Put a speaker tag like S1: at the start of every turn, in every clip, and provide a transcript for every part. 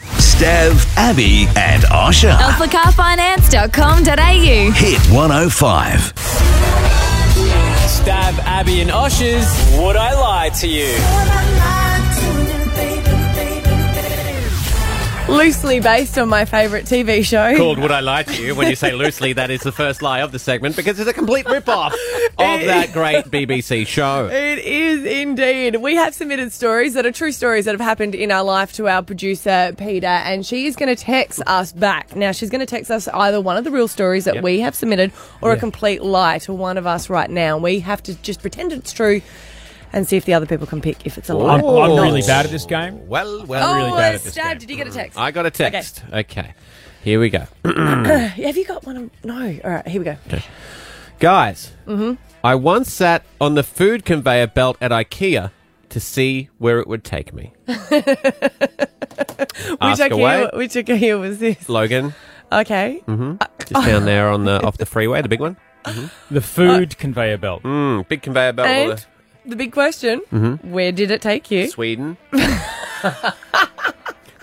S1: It's Dev, Abby, and Osha.
S2: alphacarfinance.com.au.
S1: Hit 105.
S3: Stab Abby and Osh's Would I Lie to You?
S4: Loosely based on my favourite TV show.
S3: Called Would I Lie to You. When you say loosely, that is the first lie of the segment because it's a complete rip-off of that great BBC show.
S4: It is indeed. We have submitted stories that are true stories that have happened in our life to our producer, Peter, and she is going to text us back. Now, she's going to text us either one of the real stories that we have submitted or a complete lie to one of us right now. We have to just pretend it's true and see if the other people can pick if it's a lie.
S5: I'm, I'm really bad at this game.
S3: Well,
S4: Oh,
S3: well, really
S5: bad at this
S4: Stab,
S5: game.
S4: did you get a text?
S3: I got a text. Okay. Here we go.
S4: have you got one? Of, no. All right, here we go.
S3: Guys,
S4: Mm-hmm.
S3: I once sat on the food conveyor belt at IKEA to see where it would take me. Ask
S4: which
S3: away.
S4: Ikea, which Ikea was this?
S3: Logan,
S4: Okay.
S5: Mm-hmm.
S3: just down there on the off the freeway, the big one. Mm-hmm.
S5: The food conveyor belt.
S3: Mm, big conveyor belt. all
S4: And the big question
S5: Mm-hmm.
S4: where did it take you?
S3: Sweden.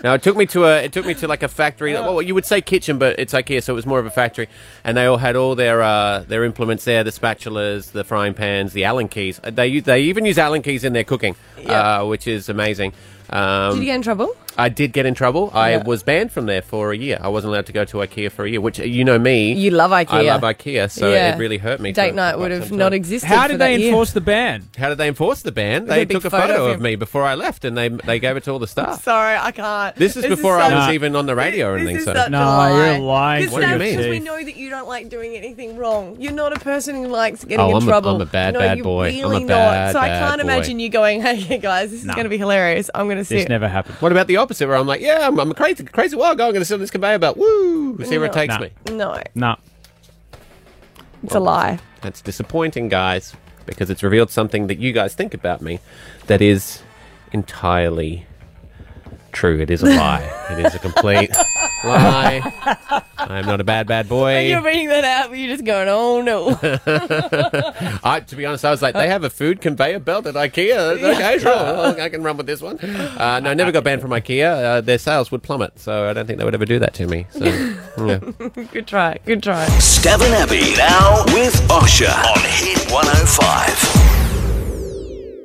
S3: now it took me to a it took me to like a factory. Well, you would say kitchen, but it's IKEA, so it was more of a factory. And they all had all their uh, their implements there: the spatulas, the frying pans, the Allen keys. Uh, They u- they even use Allen keys in their cooking, uh, which is amazing. Um,
S4: Did you get in trouble?
S3: I did get in trouble. I
S4: Yeah.
S3: was banned from there for a year. I wasn't allowed to go to IKEA for a year, which uh, you know me.
S4: You love IKEA.
S3: I love IKEA, so
S4: Yeah.
S3: it really hurt me.
S4: Date
S3: for
S4: night
S3: quite
S4: would have
S3: some
S4: not
S3: time.
S4: existed.
S5: How
S4: for
S5: did
S4: that
S5: they
S4: year.
S5: enforce the ban?
S3: How did they enforce the ban? They
S4: a big
S3: took a
S4: photo
S3: photo
S4: of
S3: of,
S4: him.
S3: me before I left, and they they gave it to all the staff.
S4: Sorry, I can't.
S3: This is before
S4: such-
S3: I was
S5: Nah.
S3: even on the radio or
S4: this
S3: anything.
S4: is
S3: So
S4: such
S5: No,
S4: a lie.
S5: you're lying
S4: Because
S3: to your
S4: that's because
S3: teeth.
S4: we know that you don't like doing anything wrong. You're not a person who likes getting
S3: Oh,
S4: in
S3: I'm a-
S4: trouble.
S3: I'm a bad,
S4: no,
S3: bad
S4: you're
S3: boy. I'm
S4: Really
S3: a
S4: not.
S3: bad,
S4: So I
S3: bad
S4: can't
S3: boy.
S4: imagine you going, "Hey guys, this is
S5: Nah.
S4: going to be hilarious. I'm going to see
S5: This
S4: it."
S5: never happened.
S3: what about the opposite? Where I'm like, yeah, I'm, I'm a crazy, crazy wild guy. I'm going to sit on this conveyor belt. Woo! See where it takes
S5: Nah.
S3: me.
S4: no,
S5: No.
S4: it's a lie.
S3: That's disappointing, guys, because it's revealed something that you guys think about me that is entirely true. It is a lie. it is a complete lie. I'm not a bad, bad boy.
S4: You're reading that out, but you're just going, "Oh no."
S3: I, to be honest, I was like, they have a food conveyor belt at IKEA. Okay, sure. I'll- I can run with this one. Uh, no, I never got banned from IKEA. Uh, their sales would plummet, so I don't think they would ever do that to me. So, yeah.
S4: good try. Good try.
S1: Stab and Abby now with Osha on Hit 105.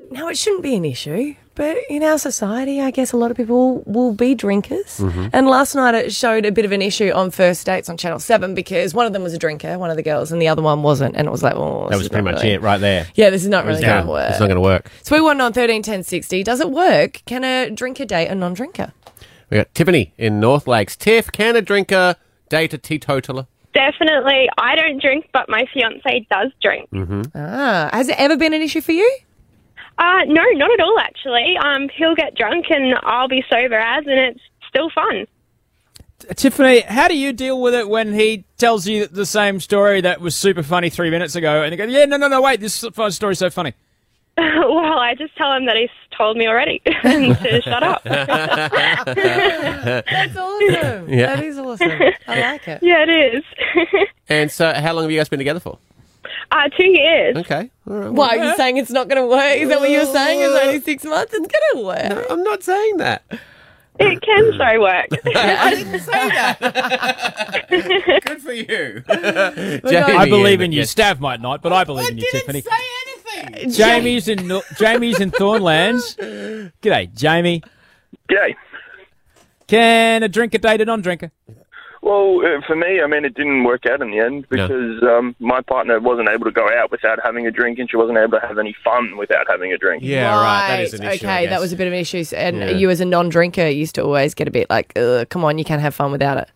S4: Now, it shouldn't be an issue, but in our society, I guess a lot of people will be drinkers. And last night it showed a bit of an issue on first dates on Channel 7 because one of them was a drinker, one of the girls, and the other one wasn't. And it was like, well,
S3: That was pretty much it right there.
S4: Yeah, this is not really going
S3: Yeah,
S4: to work.
S3: it's not going to work.
S4: so we want to know on 13 10 60, does it work? Can a drinker date a non drinker?
S3: We got Tiffany in North Lakes. Tiff, can a drinker date a teetotaler?
S6: Definitely. I don't drink, but my fiance does drink.
S4: Ah, has it ever been an issue for you?
S6: Uh, no, not at all, actually. Um, he'll get drunk and I'll be sober as, and it's still fun.
S5: Tiffany, how do you deal with it when he tells you the same story that was super funny three minutes ago and you go, yeah, no, no, no, wait, this story's so funny?
S6: well, I just tell him that he's told me already and to shut up.
S4: That's awesome.
S3: Yeah.
S4: That is awesome. I like it.
S6: yeah, it is.
S3: And so, how long have you guys been together for?
S6: uh, two years.
S3: Okay. All right.
S4: Why are you saying it's not going to work? Is that what you're saying? It's only six months. It's going to work.
S3: Well, I'm not saying that.
S6: It can so work.
S3: I didn't say that. Good for you.
S5: I believe in you. Stav might not, but I believe in you, Tiffany.
S3: say anything.
S5: Jamie's in Nor- Jamie's in Thornlands. G'day, Jamie.
S7: G'day.
S5: Can a drinker date a non-drinker?
S7: Well, uh, for me, I mean, it didn't work out in the end because um, my partner wasn't able to go out without having a drink, and she wasn't able to have any fun without having a drink.
S3: Yeah, right. That is an issue.
S4: Okay,
S3: I
S4: that
S3: guess.
S4: was a bit of an issue. And
S3: Yeah.
S4: you, as a non-drinker, used to always get a bit like, Ugh, "Come on, you can't have fun without it."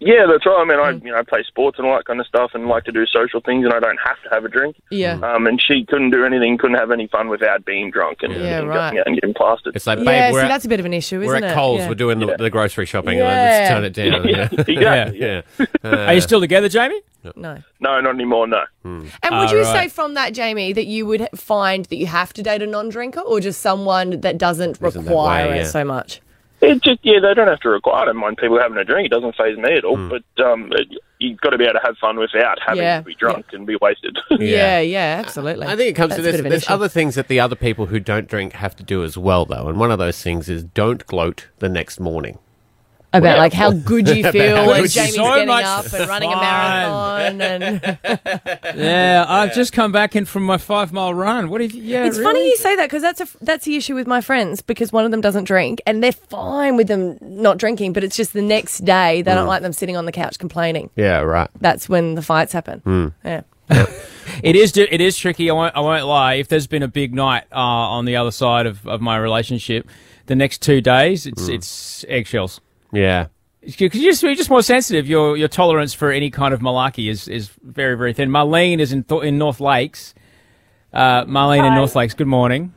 S7: Yeah, that's right. I mean,
S4: Mm.
S7: I you know I play sports and all that kind of stuff, and like to do social things, and I don't have to have a drink.
S4: Yeah.
S3: Mm.
S7: Um, and she couldn't do anything, couldn't have any fun without being drunk and,
S4: Yeah,
S7: and
S4: right.
S7: going out and getting plastered.
S3: It's like, babe,
S4: yeah,
S3: we're,
S4: see,
S3: at-
S4: that's a bit of an issue,
S3: we're
S4: isn't
S3: at
S4: it?
S3: Coles.
S4: Yeah.
S3: We're doing the, the grocery shopping.
S4: Yeah.
S3: And let's turn it down. Yeah.
S7: exactly.
S3: yeah.
S5: Are you still together, Jamie?
S4: No.
S7: No, not anymore. No.
S4: And would you say
S5: Alright.
S4: from that, Jamie, that you would find that you have to date a non-drinker, or just someone that
S3: Isn't
S4: doesn't
S3: that
S4: require
S3: way,
S4: it
S3: yeah.
S4: so much?
S7: It just yeah, they don't have to require. I don't mind people having a drink. It doesn't phase me at all. But um, it, you've got to be able to have fun without having
S4: Mm. Yeah.
S7: to be drunk and be wasted.
S4: Yeah, yeah, absolutely.
S3: I think it comes
S4: That's
S3: to this.
S4: a bit of an
S3: There's
S4: issue.
S3: other things that the other people who don't drink have to do as well, though. And one of those things is don't gloat the next morning.
S4: about like how good you feel
S3: how
S4: when
S3: good you-
S4: Jamie's
S5: So
S4: getting
S5: much
S4: up and running a
S5: fun.
S4: marathon. And
S5: Yeah, I've just come back in from my five mile run. What if?
S3: Oh,
S5: Yeah,
S4: it's funny you say that because that's a that's the issue with my friends because one of them doesn't drink and they're fine with them not drinking, but it's just the next day they don't
S3: Mm.
S4: like them sitting on the couch complaining.
S3: Yeah, right.
S4: That's when the fights happen.
S3: Hmm.
S4: Yeah.
S5: It is. It is tricky. I won't. I won't lie. If there's been a big night uh, on the other side of, of my relationship, the next two days it's it's eggshells.
S3: Yeah.
S5: Because you're just, you're just more sensitive. Your your tolerance for any kind of malarkey is, is very very thin. Marlene is in Th- in North Lakes. Uh, Marlene in
S2: Hi.
S5: North Lakes. Good morning.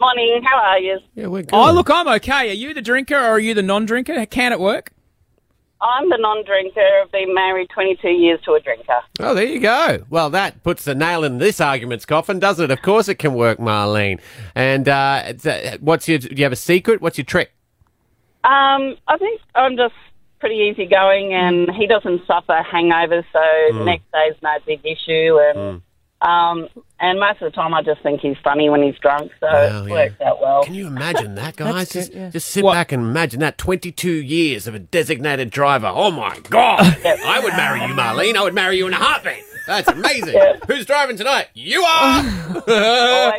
S2: Morning, how are you?
S3: Yeah, we're good.
S5: Oh look, I'm okay. Are you the drinker or are you the non-drinker? Can it work?
S2: I'm the non drinker. I've been married 22 years to a drinker.
S3: Oh, there you go. Well, that puts the nail in this argument's coffin, doesn't it? Of course it can work, Marlene. And uh, it's, uh, what's your? Do you have a secret? What's your trick?
S2: Um, I think I'm just pretty easygoing, and he doesn't suffer hangovers, so the next day's no big issue. And um, and most of the time, I just think he's funny when he's drunk, so
S3: Wow,
S2: it
S3: yeah.
S2: works out well.
S3: Can you imagine that, guys? just,
S4: good, yeah.
S3: just sit
S5: What?
S3: back and imagine that. Twenty-two years of a designated driver. Oh my God! I would marry you, Marlene. I would marry you in a heartbeat. That's amazing. Who's driving tonight? You are.
S4: Oh.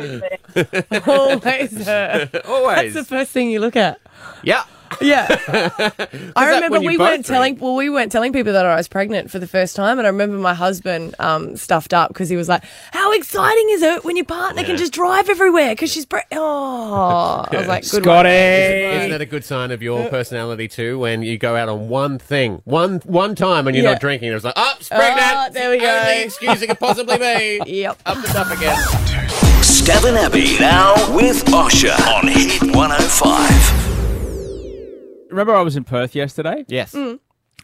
S2: Always there.
S4: Always her. That's
S3: Always.
S4: the first thing you look at.
S3: yeah.
S4: Yeah. I
S3: that
S4: remember
S3: when you
S4: we
S3: both
S4: weren't
S3: drink?
S4: telling well we weren't telling people that I was pregnant for the first time and I remember my husband um, stuffed up because he was like how exciting is it when your partner can just drive everywhere because she's pre- oh I was like good one.
S3: Isn't that a good sign of your personality too? When you go out on one thing, one one time, and you're
S4: Yeah.
S3: not drinking, it's like, oh, it's pregnant.
S4: Oh, there we go.
S3: Only excuse it could possibly be.
S4: Yep.
S3: Up and up again.
S1: Stabbin' Abbey now with Osher on Hit 105.
S5: Remember, I was in Perth yesterday.
S3: Yes.
S4: Mm.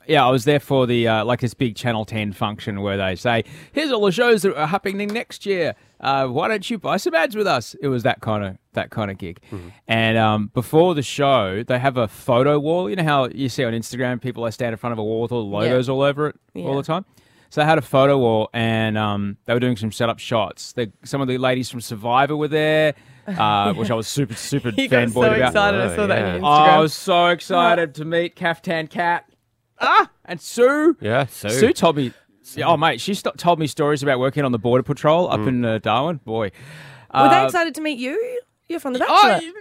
S5: Yeah, I was there for the uh, like this big Channel Ten function where they say, "Here's all the shows that are happening next year. Uh, why don't you buy some ads with us?" It was that kind of that kind of gig. And um, before the show, they have a photo wall. You know how you see on Instagram people they stand in front of a wall with all the
S4: Yeah.
S5: logos all over it all
S4: Yeah.
S5: the time. So they had a photo wall, and um, they were doing some setup shots. They, some of the ladies from Survivor were there, uh, which I was super super
S4: He got
S5: fanboyed
S4: so
S5: about.
S4: excited I saw that on
S3: yeah.
S4: your
S5: Oh, I
S4: Instagram.
S5: was so excited to meet Caftan Cat. Ah, and Sue.
S3: Yeah. So.
S5: Sue told me. Yeah, oh, mate, she st- told me stories about working on the border patrol up in uh, Darwin. Boy.
S4: were they
S5: Uh,
S4: excited to meet you you're from the
S5: Oh,
S4: Bachelor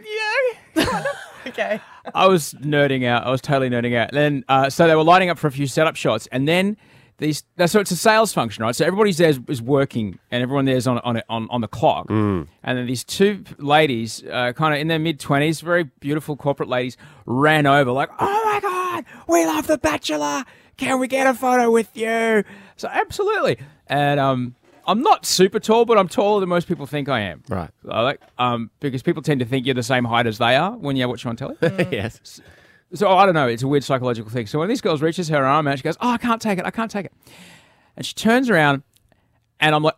S5: yeah.
S4: okay
S5: I was nerding out. I was totally nerding out. Then, uh, so they were lining up for a few setup shots, and then these. now, So it's a sales function, right? So everybody's there is, is working, and everyone there's on on on on the clock. And then these two ladies, uh, kind of in their mid twenties, very beautiful corporate ladies, ran over like, "Oh my god, we love The Bachelor. Can we get a photo with you?" So absolutely, and um. I'm not super tall, but I'm taller than most people think I am.
S3: Right.
S5: I like, um, because people tend to think you're the same height as they are when you watch you on telly.
S3: yes.
S5: So I don't know. It's a weird psychological thing. So when this girl reaches her arm out, she goes, "Oh, I can't take it. I can't take it." And she turns around, and I'm like,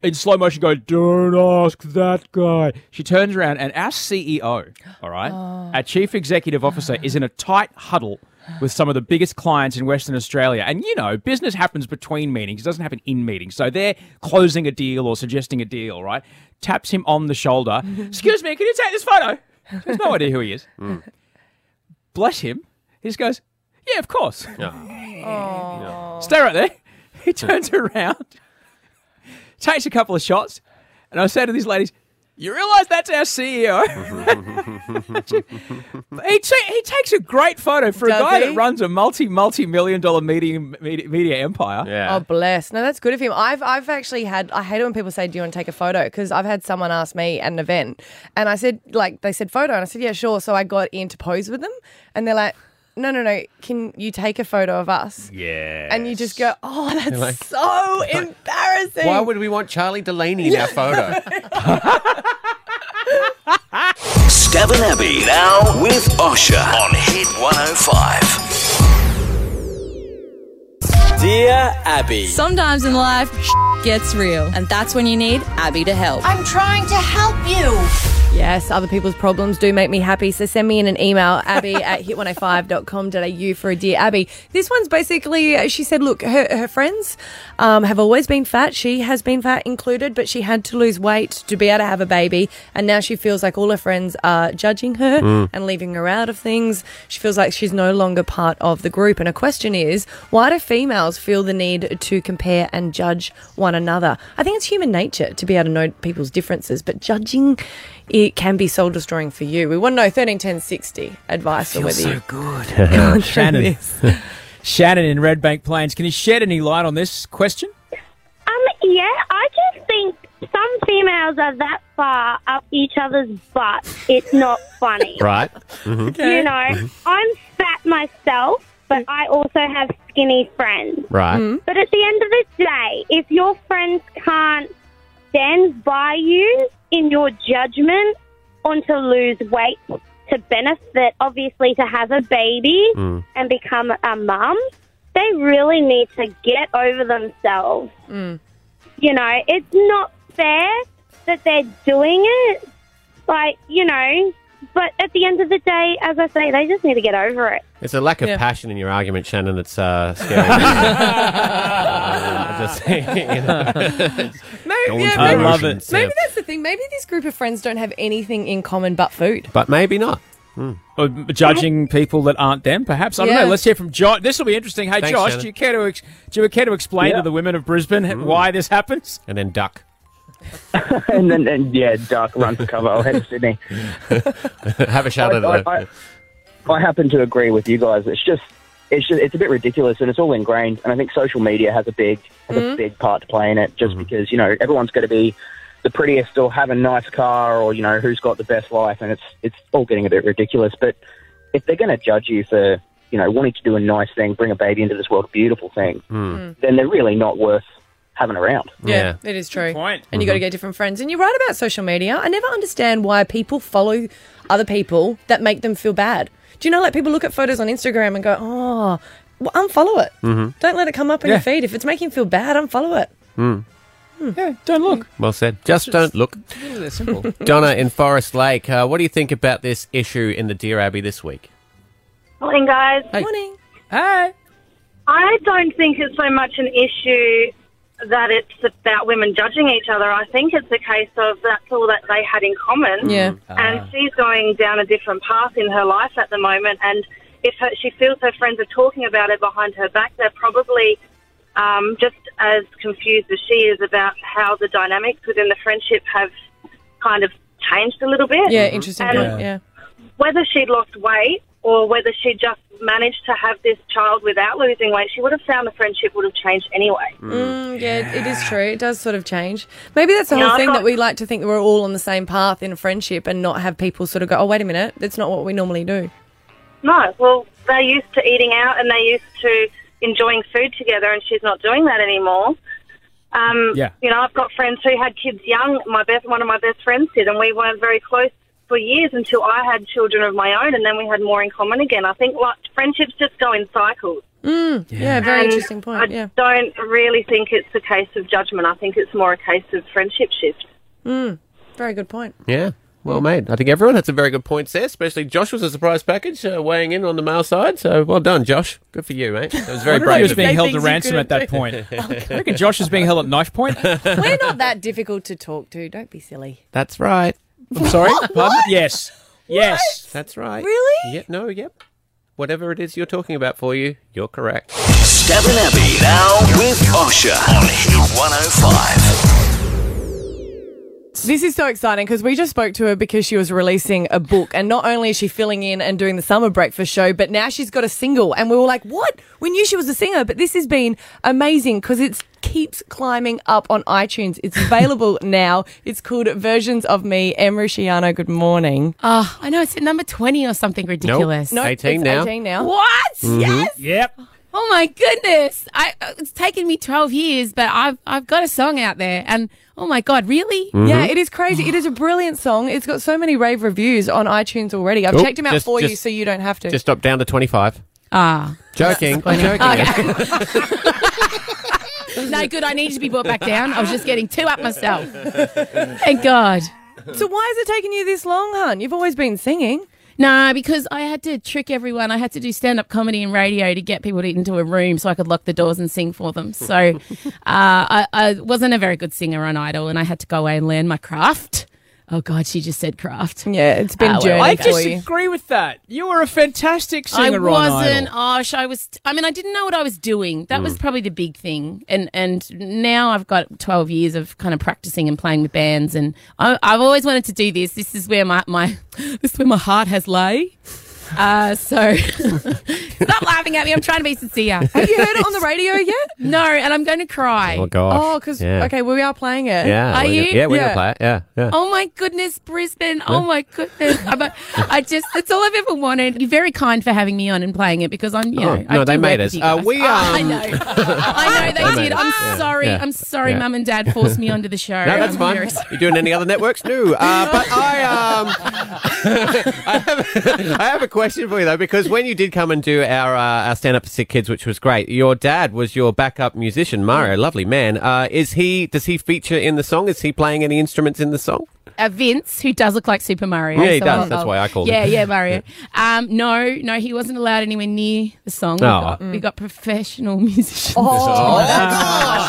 S5: in slow motion, going, "Don't ask that guy." She turns around, and our CEO, all right, our chief executive officer, is in a tight huddle with some of the biggest clients in Western Australia. And you know, business happens between meetings; it doesn't happen in meetings. So they're closing a deal or suggesting a deal, right? Taps him on the shoulder. Excuse me, can you take this photo? She has no idea who he is
S3: Mm.
S5: bless him, he just goes, Yeah, of course. Stay right there. He turns around, takes a couple of shots, and I say to these ladies, You realize that's our E CEO? he, ta- he takes a great photo for
S4: Does
S5: a guy
S4: he?
S5: that runs a multi, multi million dollar media, media, media empire.
S3: Yeah.
S4: Oh, bless. No, that's good of him. I've I've actually had. I hate it when people say, "Do you want to take a photo?" Because I've had someone ask me at an event, and I said, like, they said photo, and I said, "Yeah, sure." So I got in to pose with them, and they're like, "No, no, no. Can you take a photo of us?"
S3: yeah.
S4: And you just go, "Oh, that's
S3: like-
S4: so embarrassing."
S3: Why would we want Charlie Delaney in our photo?
S1: Stabbin' Abbey now with Osher on Hit 105.
S8: Dear Abby.
S9: Sometimes in life, gets real, and that's when you need Abby to help.
S10: I'm trying to help you.
S4: Yes, other people's problems do make me happy. So send me in an email, abby at hit105.com.au for a dear Abby. This one's basically, uh, she said, look, her, her friends um, have always been fat. She has been fat included, but she had to lose weight to be able to have a baby. And now she feels like all her friends are judging her and leaving her out of things. She feels like she's no longer part of the group. And her question is, why do females feel the need to compare and judge one another? I think it's human nature to be able to know people's differences, but judging it can be soul destroying for you. We want to know 13, 10, 60 advice or whether you
S5: good. Shannon. Shannon in Red Bank Plains. Can you shed any light on this question?
S6: Um, yeah, I just think some females are that far up each other's butt. It's not funny.
S3: Right.
S6: You know, I'm fat myself, but I also have skinny friends.
S3: Right.
S4: Mm.
S6: But at the end of the day, if your friends can't stand by you in your judgment on to lose weight to benefit, obviously, to have a baby and become a mum, they really need to get over themselves. You know, it's not fair that they're doing it. Like, you know, but at the end of the day, as I say, they just need to get over it.
S3: It's a lack of passion in your argument, Shannon. That's uh, scary. Uh, just saying, you know.
S4: Maybe,
S3: Going
S4: yeah,
S3: through
S4: maybe,
S5: love it.
S3: emotions,
S4: maybe
S3: yeah.
S4: that's the thing. Maybe this group of friends don't have anything in common but food.
S3: But maybe not.
S5: Or uh, judging people that aren't them, perhaps. I don't
S4: Yeah.
S5: know. Let's hear from Josh. This will be interesting. Hey,
S3: Thanks,
S5: Josh,
S3: Shannon.
S5: do you care to ex- do you care to explain to the women of Brisbane why this happens?
S3: And then duck.
S9: and then and yeah, duck, run for cover. I'll head to Sydney.
S3: Have a shot
S9: I,
S3: at it.
S9: I,
S3: though.
S9: I, I happen to agree with you guys. It's just it's just, it's a bit ridiculous, and it's all ingrained. And I think social media has a big has a big part to play in it, just because you know everyone's going to be the prettiest or have a nice car or you know who's got the best life, and it's it's all getting a bit ridiculous. But if they're going to judge you for you know wanting to do a nice thing, bring a baby into this world, a beautiful thing, then they're really not worth having around.
S3: Yeah.
S4: it is true.
S5: point.
S4: And you got to get different friends. And you're right about social media. I never understand why people follow other people that make them feel bad. Do you know, like people look at photos on Instagram and go, oh, well, unfollow it. Don't let it come up in your feed. If it's making you feel bad, unfollow it.
S5: Yeah, don't look.
S3: Well said. Just don't look.
S5: Really, they're simple.
S3: Donna in Forest Lake, uh, what do you think about this issue in the Dear Abbey this week?
S10: Morning, guys.
S4: Morning.
S5: hey,
S10: I don't think it's so much an issue that it's about women judging each other. I think it's a case of that's all that they had in common.
S4: Yeah.
S10: And she's going down a different path in her life at the moment. And if her, she feels her friends are talking about it behind her back, they're probably um, just as confused as she is about how the dynamics within the friendship have kind of changed a little bit.
S4: Yeah, interesting.
S10: And-
S4: point. Mm-hmm. Yeah.
S10: whether she lost weight or whether she just managed to have this child without losing weight, she would have found the friendship would have changed anyway.
S4: Mm, yeah, it is true. It does sort of change. Maybe that's the
S10: Yeah,
S4: whole
S10: I
S4: thing
S10: thought-
S4: that we like to think that we're all on the same path in a friendship and not have people sort of go, oh, wait a minute, that's not what we normally do.
S10: No, well, they're used to eating out and they're used to enjoying food together, and she's not doing that anymore. Um,
S5: Yeah.
S10: You know, I've got friends who had kids young. My best, one of my best friends did, and we weren't very close for years until I had children of my own, and then we had more in common again. I think like friendships just go in cycles.
S4: Yeah,
S10: And
S4: very interesting point.
S10: I
S4: Oh, yeah.
S10: don't really think it's a case of judgment. I think it's more a case of friendship shift.
S4: Very good point.
S3: Yeah. Well made. I think everyone had some very good points there, especially Josh was a surprise package uh, weighing in on the male side. So well done, Josh. Good for you, mate. That was very
S5: he
S3: brave.
S5: was
S3: Of you.
S5: being held to
S4: things you
S5: ransom at that point. I reckon Josh is being held at knife point.
S4: We're not that difficult to talk to. Don't be silly.
S3: That's right.
S5: I'm sorry. Pardon? Yes. Yes.
S3: That's right.
S4: Really?
S3: Yeah. No. Yep. Whatever it is you're talking about for you, you're correct.
S1: Stabbin' Abbey now with Osher on Hit 105.
S4: This is so exciting because we just spoke to her because she was releasing a book, and not only is she filling in and doing the summer breakfast show, but now she's got a single. And we were like, "What? We knew she was a singer, but this has been amazing because it keeps climbing up on iTunes. It's available now. It's called Versions of Me. Emery Shiano, good morning.
S11: Oh, I know. It's at number 20 or something ridiculous.
S3: No. 18
S4: Uh, it's
S3: now.
S4: 18 now.
S11: What? Yes.
S5: Yep.
S11: Oh my goodness. I uh, it's taken me 12 years, but I've I've got a song out there and oh my god, really?
S3: Mm-hmm.
S4: Yeah, it is crazy. It is a brilliant song. It's got so many rave reviews on iTunes already. I've
S3: Oh,
S4: checked them out
S3: just-
S4: for you
S3: just-
S4: so you don't have to.
S3: Just drop down to 25.
S11: Ah.
S3: Joking. I'm joking.
S11: No good. I needed to be brought back down. I was just getting too up myself. Thank god.
S4: So why is it taking you this long, hun? You've always been singing.
S11: Nah, because I had to trick everyone. I had to do stand up comedy and radio to get people to, into a room so I could lock the doors and sing for them. So uh, I, I wasn't a very good singer on Idol and I had to go away and learn my craft. Oh, God, she just said craft.
S4: Yeah, it's been journey
S5: I
S4: for you.
S5: disagree with that. You were a fantastic singer
S11: I
S5: on Idol.
S11: wasn't. Osh, I was. I mean, I didn't know what I was doing. That was
S5: Mm.
S11: probably the big thing. And and now I've got twelve years of kind of practicing and playing with bands. And I, I've always wanted to do this. This is where my my this is where my heart has lay. Uh, so stop laughing at me. I'm trying to be sincere. Have
S4: you heard it on the radio yet?
S11: no, and I'm going to cry.
S3: Oh, gosh.
S4: Oh, because
S3: Yeah.
S4: okay, we are playing it.
S3: Yeah,
S11: Are
S3: we're
S11: you?
S3: Gonna, yeah, we're
S11: Yeah.
S3: gonna play it. Yeah, yeah.
S11: Oh my goodness, Brisbane. Oh my goodness. I'm a, I just, that's all I've ever wanted. You're very kind for having me on and playing it because I'm, you
S3: Oh,
S11: know. I
S3: no,
S11: do
S3: they
S11: work
S3: made
S11: with
S3: us.
S11: you
S3: Uh,
S11: guys.
S3: we,
S11: Oh, I
S3: um,
S11: know. I know
S3: They
S11: they
S3: made
S11: did.
S3: us.
S11: I'm
S3: Yeah.
S11: sorry.
S3: Yeah.
S11: I'm sorry,
S3: Yeah.
S11: mum and dad forced me onto the show.
S3: No, that's
S11: I'm
S3: fine.
S11: very
S3: You doing any other networks? No. Uh, but I, um, I, have, I have a question for you though, because when you did come and do our uh, our stand up for sick kids, which was great, your dad was your backup musician, Mario. Lovely man. Uh, is he? Does he feature in the song? Is he playing any instruments in the song?
S11: uh, Vince, who does look like Super Mario.
S3: Yeah, he does.
S11: I'll-
S3: That's
S11: I'll-
S3: why I called him.
S11: yeah, Yeah, Mario. Um, no, no, he wasn't allowed anywhere near the song. We,
S3: Oh.
S11: got, we got professional musicians.
S4: Oh,
S11: that's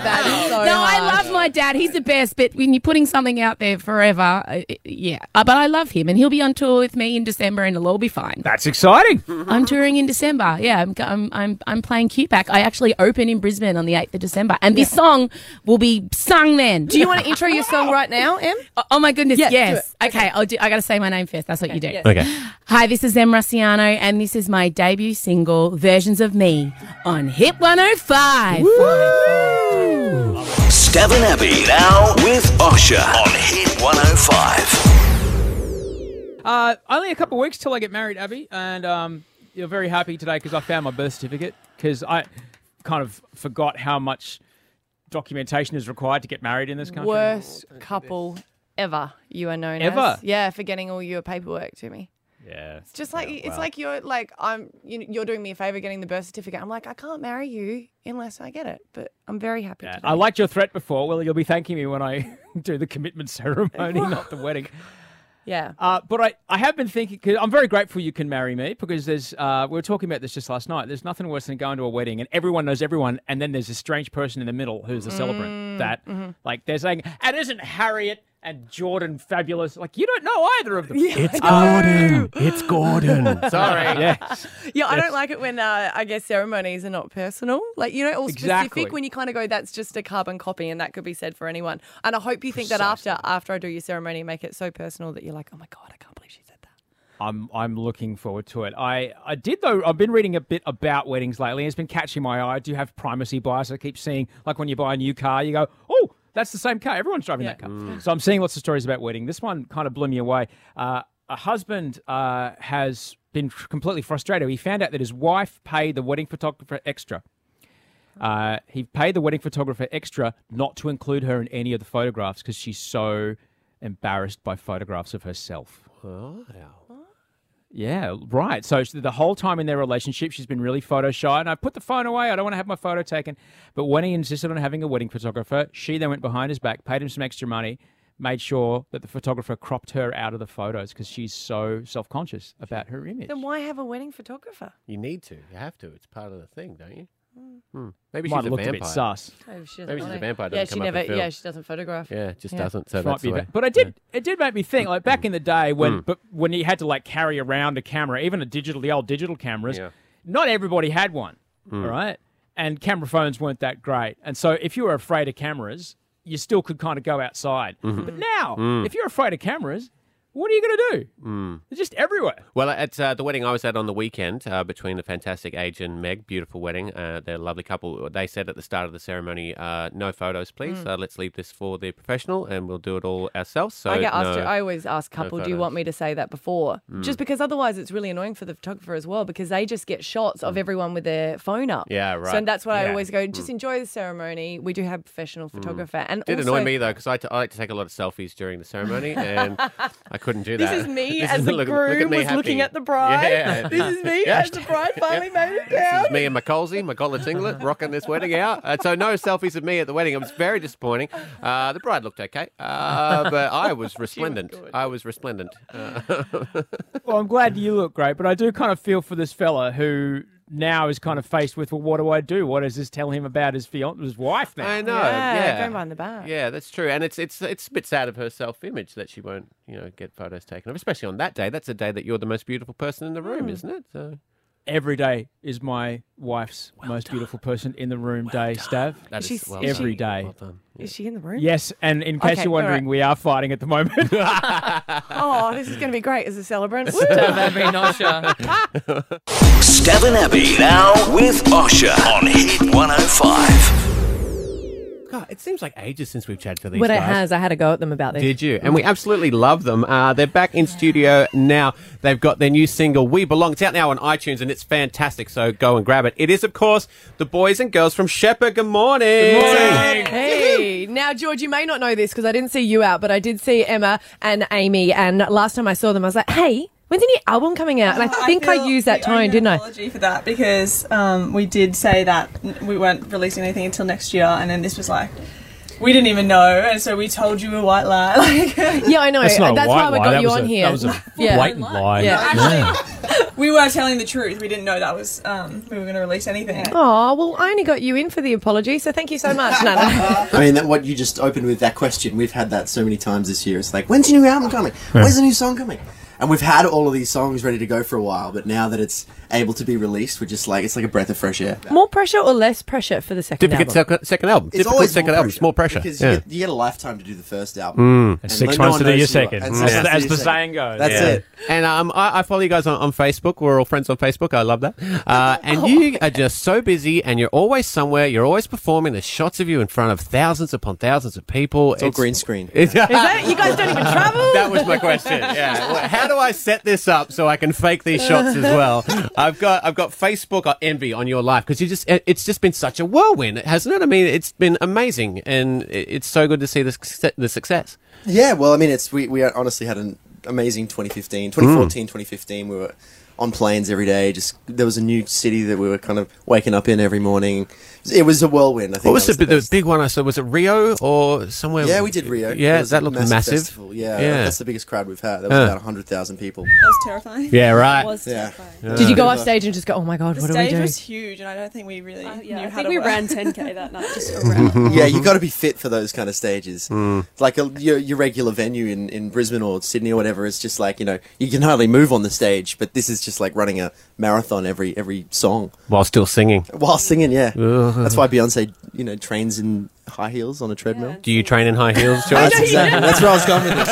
S4: That is so
S11: no, I
S4: harsh.
S11: love my dad. He's the best. But when you're putting something out there forever, uh, yeah. Uh, but I love him, and he'll be on tour with me in December, and it'll all be fine.
S5: That's exciting.
S3: Uh-huh.
S11: I'm touring in December. Yeah, I'm go- I'm I'm, I'm playing Q-Pack. I actually open in Brisbane on the 8th of December, and this song will be sung then.
S4: Do you want to intro your song right now, Em?
S11: Oh, oh my goodness!
S4: Yeah, do
S11: yes. Okay, I'll do. I gotta say my name first. That's what you do.
S3: Okay.
S11: Hi, this is Em Rossiano, and this is my debut single, "Versions of Me," on Hit 105.
S1: Stabbin' Abbey now with Osher on Hit 105.
S5: Uh, only a couple of weeks till I get married, Abby, and um, you're very happy today because I found my birth certificate because I kind of forgot how much documentation is required to get married in this country.
S4: Worst couple ever. You are known
S5: Ever?
S4: as. Yeah, for getting all your paperwork to me.
S5: Yeah.
S4: It's just like it's
S5: wow.
S4: like you're like I'm. You, you're doing me a favor getting the birth certificate. I'm like I can't marry you unless I get it. But I'm very happy. to
S5: I liked your threat before. Well, you'll be thanking me when I do the commitment ceremony, not the wedding.
S4: Yeah.
S5: Uh, but I, I have been thinking, because I'm very grateful you can marry me because there's, uh, we were talking about this just last night. There's nothing worse than going to a wedding and everyone knows everyone. And then there's this strange person in the middle who's the celebrant that, like, they're saying, and isn't Harriet and Jordan fabulous? Like, you don't know either of them.
S4: It's
S5: Gordon.
S3: It's Gordon. Sorry.
S5: Yes.
S4: Yeah, I
S5: Yes.
S4: don't like it when uh, I guess ceremonies are not personal. Like you know, all
S5: Exactly.
S4: specific when you kind of go, that's just a carbon copy, and that could be said for anyone. And I hope you think that after after I do your ceremony, make it so personal that you're like, oh my god, I can't believe she said that.
S5: I'm I'm looking forward to it. I, I did though. I've been reading a bit about weddings lately. It's been catching my eye. I do have primacy bias. I keep seeing like when you buy a new car, you go, oh, that's the same car. Everyone's driving that car. So I'm seeing lots of stories about wedding. This one kind of blew me away. Uh, a husband uh, has been tr- completely frustrated. He found out that his wife paid the wedding photographer extra. Uh, he paid the wedding photographer extra not to include her in any of the photographs because she's so embarrassed by photographs of herself. Yeah, right. So she- the whole time in their relationship, she's been really photo shy, and I put the phone away. I don't want to have my photo taken. But when he insisted on having a wedding photographer, she then went behind his back, paid him some extra money, made sure that the photographer cropped her out of the photos because she's so self conscious about her image.
S4: Then why have a wedding photographer?
S3: You need to. You have to. It's part of the thing, don't you? Hmm. Maybe
S5: Might
S3: she's
S5: have
S3: a
S5: looked
S3: vampire.
S5: a bit sus.
S4: Oh, she
S3: Maybe she's a vampire,
S4: Yeah,
S3: doesn't
S4: she
S3: come up
S4: never.
S3: and film.
S4: yeah, she doesn't photograph.
S3: Yeah, just doesn't. So
S5: Might
S3: that's
S5: be
S3: the way. Mm.
S5: that- But I did. It did make me think. Like back in the day when, but when you had to like carry around a camera, even a digital, the old digital cameras,
S3: Yeah. Mm.
S5: not everybody had one. All right, and camera phones weren't that great, and so if you were afraid of cameras, you still could kind of go outside.
S3: Mm-hmm.
S5: But now,
S3: Mm.
S5: if you're afraid of cameras, what are you going to do? They're just everywhere.
S3: Well, at uh, the wedding I was at on the weekend uh, between the fantastic Age and Meg, beautiful wedding. Uh, they're a lovely couple. They said at the start of the ceremony, uh, "No photos, please.
S4: Mm.
S3: Uh, let's leave this for the professional, and we'll do it all ourselves." So
S4: I get asked.
S3: no-
S4: to- I always ask couple, do you
S3: photos. Hmm.
S4: want me to say that before? Just because otherwise it's really annoying for the photographer as well because they just get shots of everyone with their phone up.
S3: Hmm. Yeah, right.
S4: So that's why I
S5: Yeah.
S4: always go. Just enjoy the ceremony. We do have a professional photographer, and
S3: Did
S4: also,
S3: annoy me though because I t- I like to take a lot of selfies during the ceremony, and I couldn't do
S4: This
S3: that.
S4: is me
S3: This
S4: as
S3: is-
S4: the
S3: look- look at
S4: groom
S3: me
S4: was looking
S3: happy.
S4: at the bride.
S3: Yeah.
S4: This is me
S3: Yeah.
S4: as the bride finally made it
S3: This
S4: down.
S3: is me and my colsey, my collar singlet, rocking this wedding out. Uh, so no selfies of me at the wedding. It was very disappointing. Uh, the bride looked okay, uh, but I was resplendent. I was resplendent. Uh,
S5: Well, I'm glad you look great, but I do kind of feel for this fella who now is kind of faced with, well, what do I do? What does this tell him about his fiance, his wife now?
S3: I know. Oh, Yeah,
S4: don't mind the back.
S3: Yeah, that's true. And it's it's it's a bit sad of her self-image that she won't you know get photos taken of, especially on that day. That's a day that you're the most beautiful person in the room,
S5: Hmm.
S3: isn't it? So
S5: Every day is my wife's most beautiful person in the room day, Stav.
S3: That Is is she- well
S5: every
S3: done.
S5: day.
S3: Well done.
S4: Is she in the room?
S5: Yes, and in case
S4: Okay,
S5: you're
S4: all right.
S5: wondering, we are fighting at the moment.
S4: Oh, this is going to be great as a celebrant.
S1: Stabbin' Abbey now with Osher on Hit 105.
S3: God, it seems like ages since we've chatted to these
S4: But it
S3: guys.
S4: has. I had a go at them about this.
S3: Did you? And we absolutely love them. Uh, they're back in studio now. They've got their new single, We Belong. It's out now on iTunes and it's fantastic, so go and grab it. It is, of course, the boys and girls from Shepherd. Good morning.
S4: Hey, now George, you may not know this because I didn't see you out, but I did see Emma and Amy. And last time I saw them, I was like, "Hey, when's the new album coming out?" And I
S12: Oh, I
S4: think I,
S12: feel
S4: used
S12: we
S4: that
S12: owe
S4: tone,
S12: you
S4: didn't I?
S12: apology for that because um, we did say that n- we weren't releasing anything until next year, and then this was like. We didn't even know, and so we told you a white lie. Like,
S4: yeah, I know. That's not a That's why white we lie, got that you was on a- here. that was a Yeah. blatant
S13: lie.
S4: Yeah.
S12: we were telling the truth. We didn't know that was um, we were going to release anything.
S4: Oh well, I only got you in for the apology, so thank you so much, Nana.
S13: I mean, that, what you just opened with that question, we've had that so many times this year. It's like, when's your new album coming? When's the new song coming? And we've had all of these songs ready to go for a while, but now that it's able to be released, we're just like, it's like a breath of fresh air.
S4: More pressure or less pressure for the second
S3: Difficult
S4: album?
S3: second, second album.
S13: It's
S3: Difficult
S13: always
S3: second
S13: more
S3: album. It's more pressure.
S13: Because
S3: Yeah.
S13: you, get, you get a lifetime to do the first album.
S3: And
S13: no-
S3: six
S13: no
S3: months
S13: one
S3: to do
S13: knows
S3: your
S13: who
S3: second.
S13: you are. And
S3: Mm.
S13: six
S3: As-
S13: months to
S5: as
S13: do
S5: the
S13: your second.
S5: saying goes.
S13: That's
S3: Yeah.
S13: it.
S3: And um, I, I follow you guys on, on Facebook. We're all friends on Facebook. I love that. Uh, and you are just so busy, and you're always somewhere. You're always performing. There's shots of you in front of thousands upon thousands of people.
S13: It's all green screen.
S3: Is
S4: that? You guys don't even travel?
S3: That was my question. Yeah. Well, How do I set this up so I can fake these shots as well? I've got I've got Facebook envy on your life because you just it- it's just been such a whirlwind, hasn't it? I mean, it's been amazing, and it- it's so good to see the success- the success.
S13: Yeah, well, I mean, it's we, we honestly had an amazing 2015,
S3: Hmm.
S13: 2014, 2015. We were on planes every day. Just there was a new city that we were kind of waking up in every morning. It was a whirlwind. I think
S3: What was
S13: that
S3: the, the, big one I saw? Was it Rio or somewhere?
S13: Yeah, we did Rio. It
S3: Yeah,
S13: was
S3: that
S13: a
S3: looked
S13: massive
S3: massive.
S13: festival. Yeah, that's the biggest crowd we've had. That was
S3: Huh.
S13: about hundred thousand people.
S12: That was terrifying.
S3: Yeah, right.
S12: Was
S13: Yeah.
S12: terrifying.
S13: Yeah.
S4: Did you go off stage and just go, "Oh my god,
S12: The
S4: what do we
S12: stage
S4: do?"
S12: was huge, and I don't think we really knew
S14: Uh, I
S12: how
S14: think
S12: to
S14: we
S12: work.
S14: ran 10k that night. Just
S13: yeah, you got to be fit for those kind of stages.
S4: Hmm.
S13: It's Like a, your, your regular venue in, in Brisbane or Sydney or whatever is just like you know you can hardly move on the stage, but this is just like running a marathon every every song.
S3: While still singing.
S14: Mm.
S13: While singing, yeah. That's why Beyonce, you know, trains in high heels on a treadmill.
S3: Do you train in high heels, George?
S13: That's exactly. That's where I was going with this.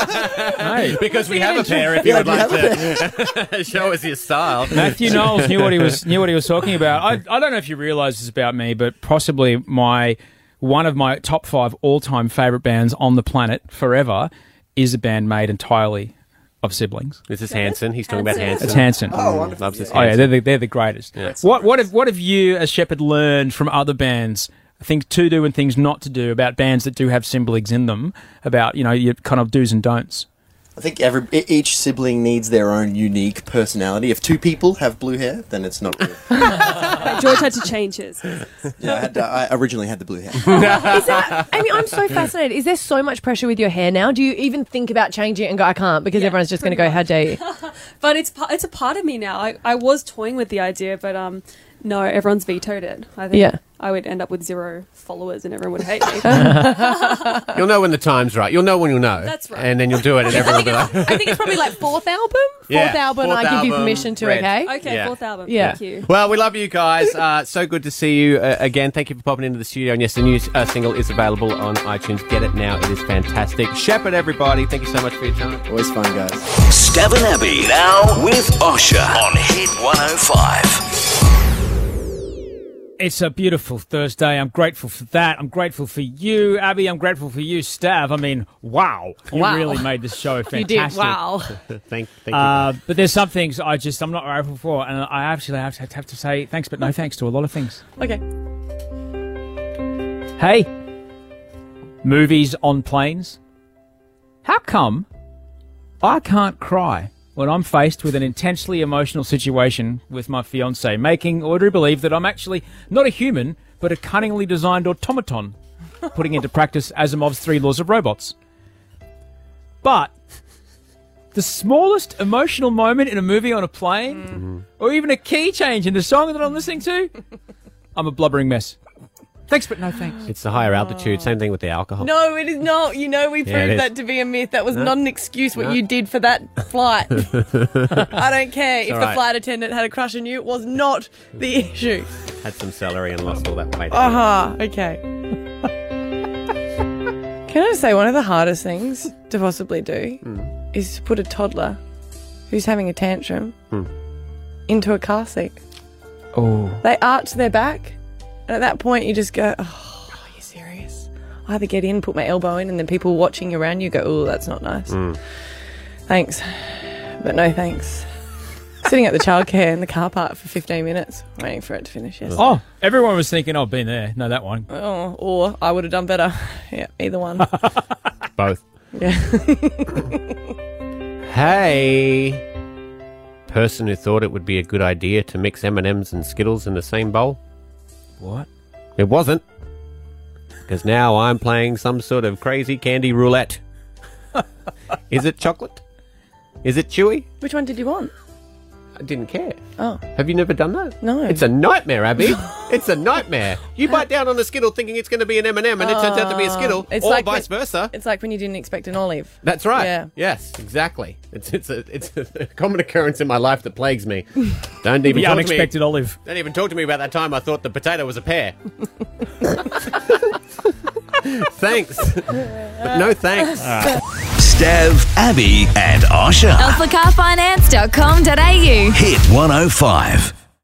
S3: because we have a pair. If you
S13: Yeah,
S3: would
S13: we
S3: like
S13: have
S3: to show us your style,
S5: Matthew Knowles knew what he was knew what he was talking about. I, I don't know if you realise this about me, but possibly my one of my top five all time favourite bands on the planet forever is a band made entirely of siblings.
S3: This is Hanson. He's talking about Hanson.
S5: It's Hanson.
S3: Oh, wonderful. Loves his
S5: Oh yeah,
S3: Hanson.
S5: they're the, they're the greatest. What what have what have you as Shepherd learned from other bands? Things to do and things not to do about bands that do have siblings in them. About you know your kind of do's and don'ts.
S13: I think every e- each sibling needs their own unique personality. If two people have blue hair, then it's not good.
S14: But George had to change his.
S13: yeah, I, had, I originally had the blue hair.
S4: Is that, Amy, I'm so fascinated. Is there so much pressure with your hair now? Do you even think about changing it and go, I can't because everyone's just going to go, how dare you?
S14: But it's pa- it's a part of me now. I, I was toying with the idea, but um, no, everyone's vetoed it. I think
S4: Yeah.
S14: I would end up with zero followers and everyone would hate me.
S3: You'll know when the time's right. You'll know when you'll know.
S14: That's right.
S3: And then you'll do it, and everyone will be like,
S4: I think it's probably like fourth album. Fourth
S3: Yeah,
S4: album,
S3: fourth
S4: I give you
S3: album,
S4: permission to,
S3: red.
S4: okay?
S14: okay,
S3: Yeah.
S14: fourth album. Thank you.
S3: Well, we love you guys. Uh, so good to see you uh, again. Thank you for popping into the studio. And yes, the new uh, single is available on iTunes. Get it now. It is fantastic. Shepherd, everybody. Thank you so much for your time.
S13: Always fun, guys.
S1: Stabbin' Abbey now with Osher on Hit 105.
S5: It's a beautiful Thursday. I'm grateful for that. I'm grateful for you, Abby. I'm grateful for you, Stav. I mean, wow. You
S4: Wow.
S5: really made this show fantastic.
S4: You did. Wow.
S3: thank, thank
S5: Uh, but there's some things I just I'm not grateful for, and I actually have to, have to say thanks, but no thanks to a lot of things.
S4: Okay.
S5: Hey, movies on planes. How come I can't cry when I'm faced with an intensely emotional situation with my fiance, making Audrey believe that I'm actually not a human, but a cunningly designed automaton, putting into practice Asimov's three laws of robots. But the smallest emotional moment in a movie on a plane, or even a key change in the song that I'm listening to, I'm a blubbering mess. Thanks, but no thanks.
S3: It's the higher altitude. Same thing with the alcohol.
S4: No, it is not. You know, we
S3: Yeah,
S4: proved
S3: it is.
S4: that to be a myth. That was
S3: No.
S4: not an excuse what
S3: No.
S4: you did for that flight. I don't care
S3: It's
S4: if
S3: all
S4: the
S3: right.
S4: flight attendant had a crush on you. It was not the issue.
S3: Had some celery and lost all that weight.
S14: Uh-huh.
S4: Aha, Uh-huh. okay. Can I say one of the hardest things to possibly do
S5: Hmm.
S4: is to put a toddler who's having a tantrum
S5: Hmm.
S4: into a car seat.
S5: Oh.
S4: They arch their back, and at that point, you just go, "Oh, are you serious?" I either get in, put my elbow in, and then people watching around you go, "Oh, that's not nice."
S5: Hmm.
S4: Thanks, but no thanks. Sitting at the childcare in the car park for 15 minutes, waiting for it to finish. Yes.
S5: Oh, everyone was thinking, oh, been there. No, that one.
S4: Oh, or I would have done better. Yeah, either one.
S3: Both.
S4: yeah.
S3: Hey, person who thought it would be a good idea to mix M and M's and Skittles in the same bowl.
S5: What?
S3: It wasn't, because now I'm playing some sort of crazy candy roulette. Is it chocolate? Is it chewy?
S4: Which one did you want?
S3: I didn't care.
S4: Oh.
S3: Have you never done that?
S4: No.
S3: It's a nightmare, Abby. it's a nightmare. You bite down on a Skittle thinking it's going to be an M and m and it turns out to be a Skittle,
S4: Oh.
S3: or vice versa.
S4: It's like when you didn't expect an olive.
S3: That's right.
S4: Yeah.
S3: Yes, exactly. It's it's a it's a common occurrence in my life that plagues me. Don't even
S5: The
S3: talk
S5: unexpected
S3: to me,
S5: olive.
S3: Don't even talk to me about that time I thought the potato was a pear. thanks. But no thanks.
S1: Stav, Abby, and Osha.
S15: alphacarfinance.com.au.
S1: oh Hit 105.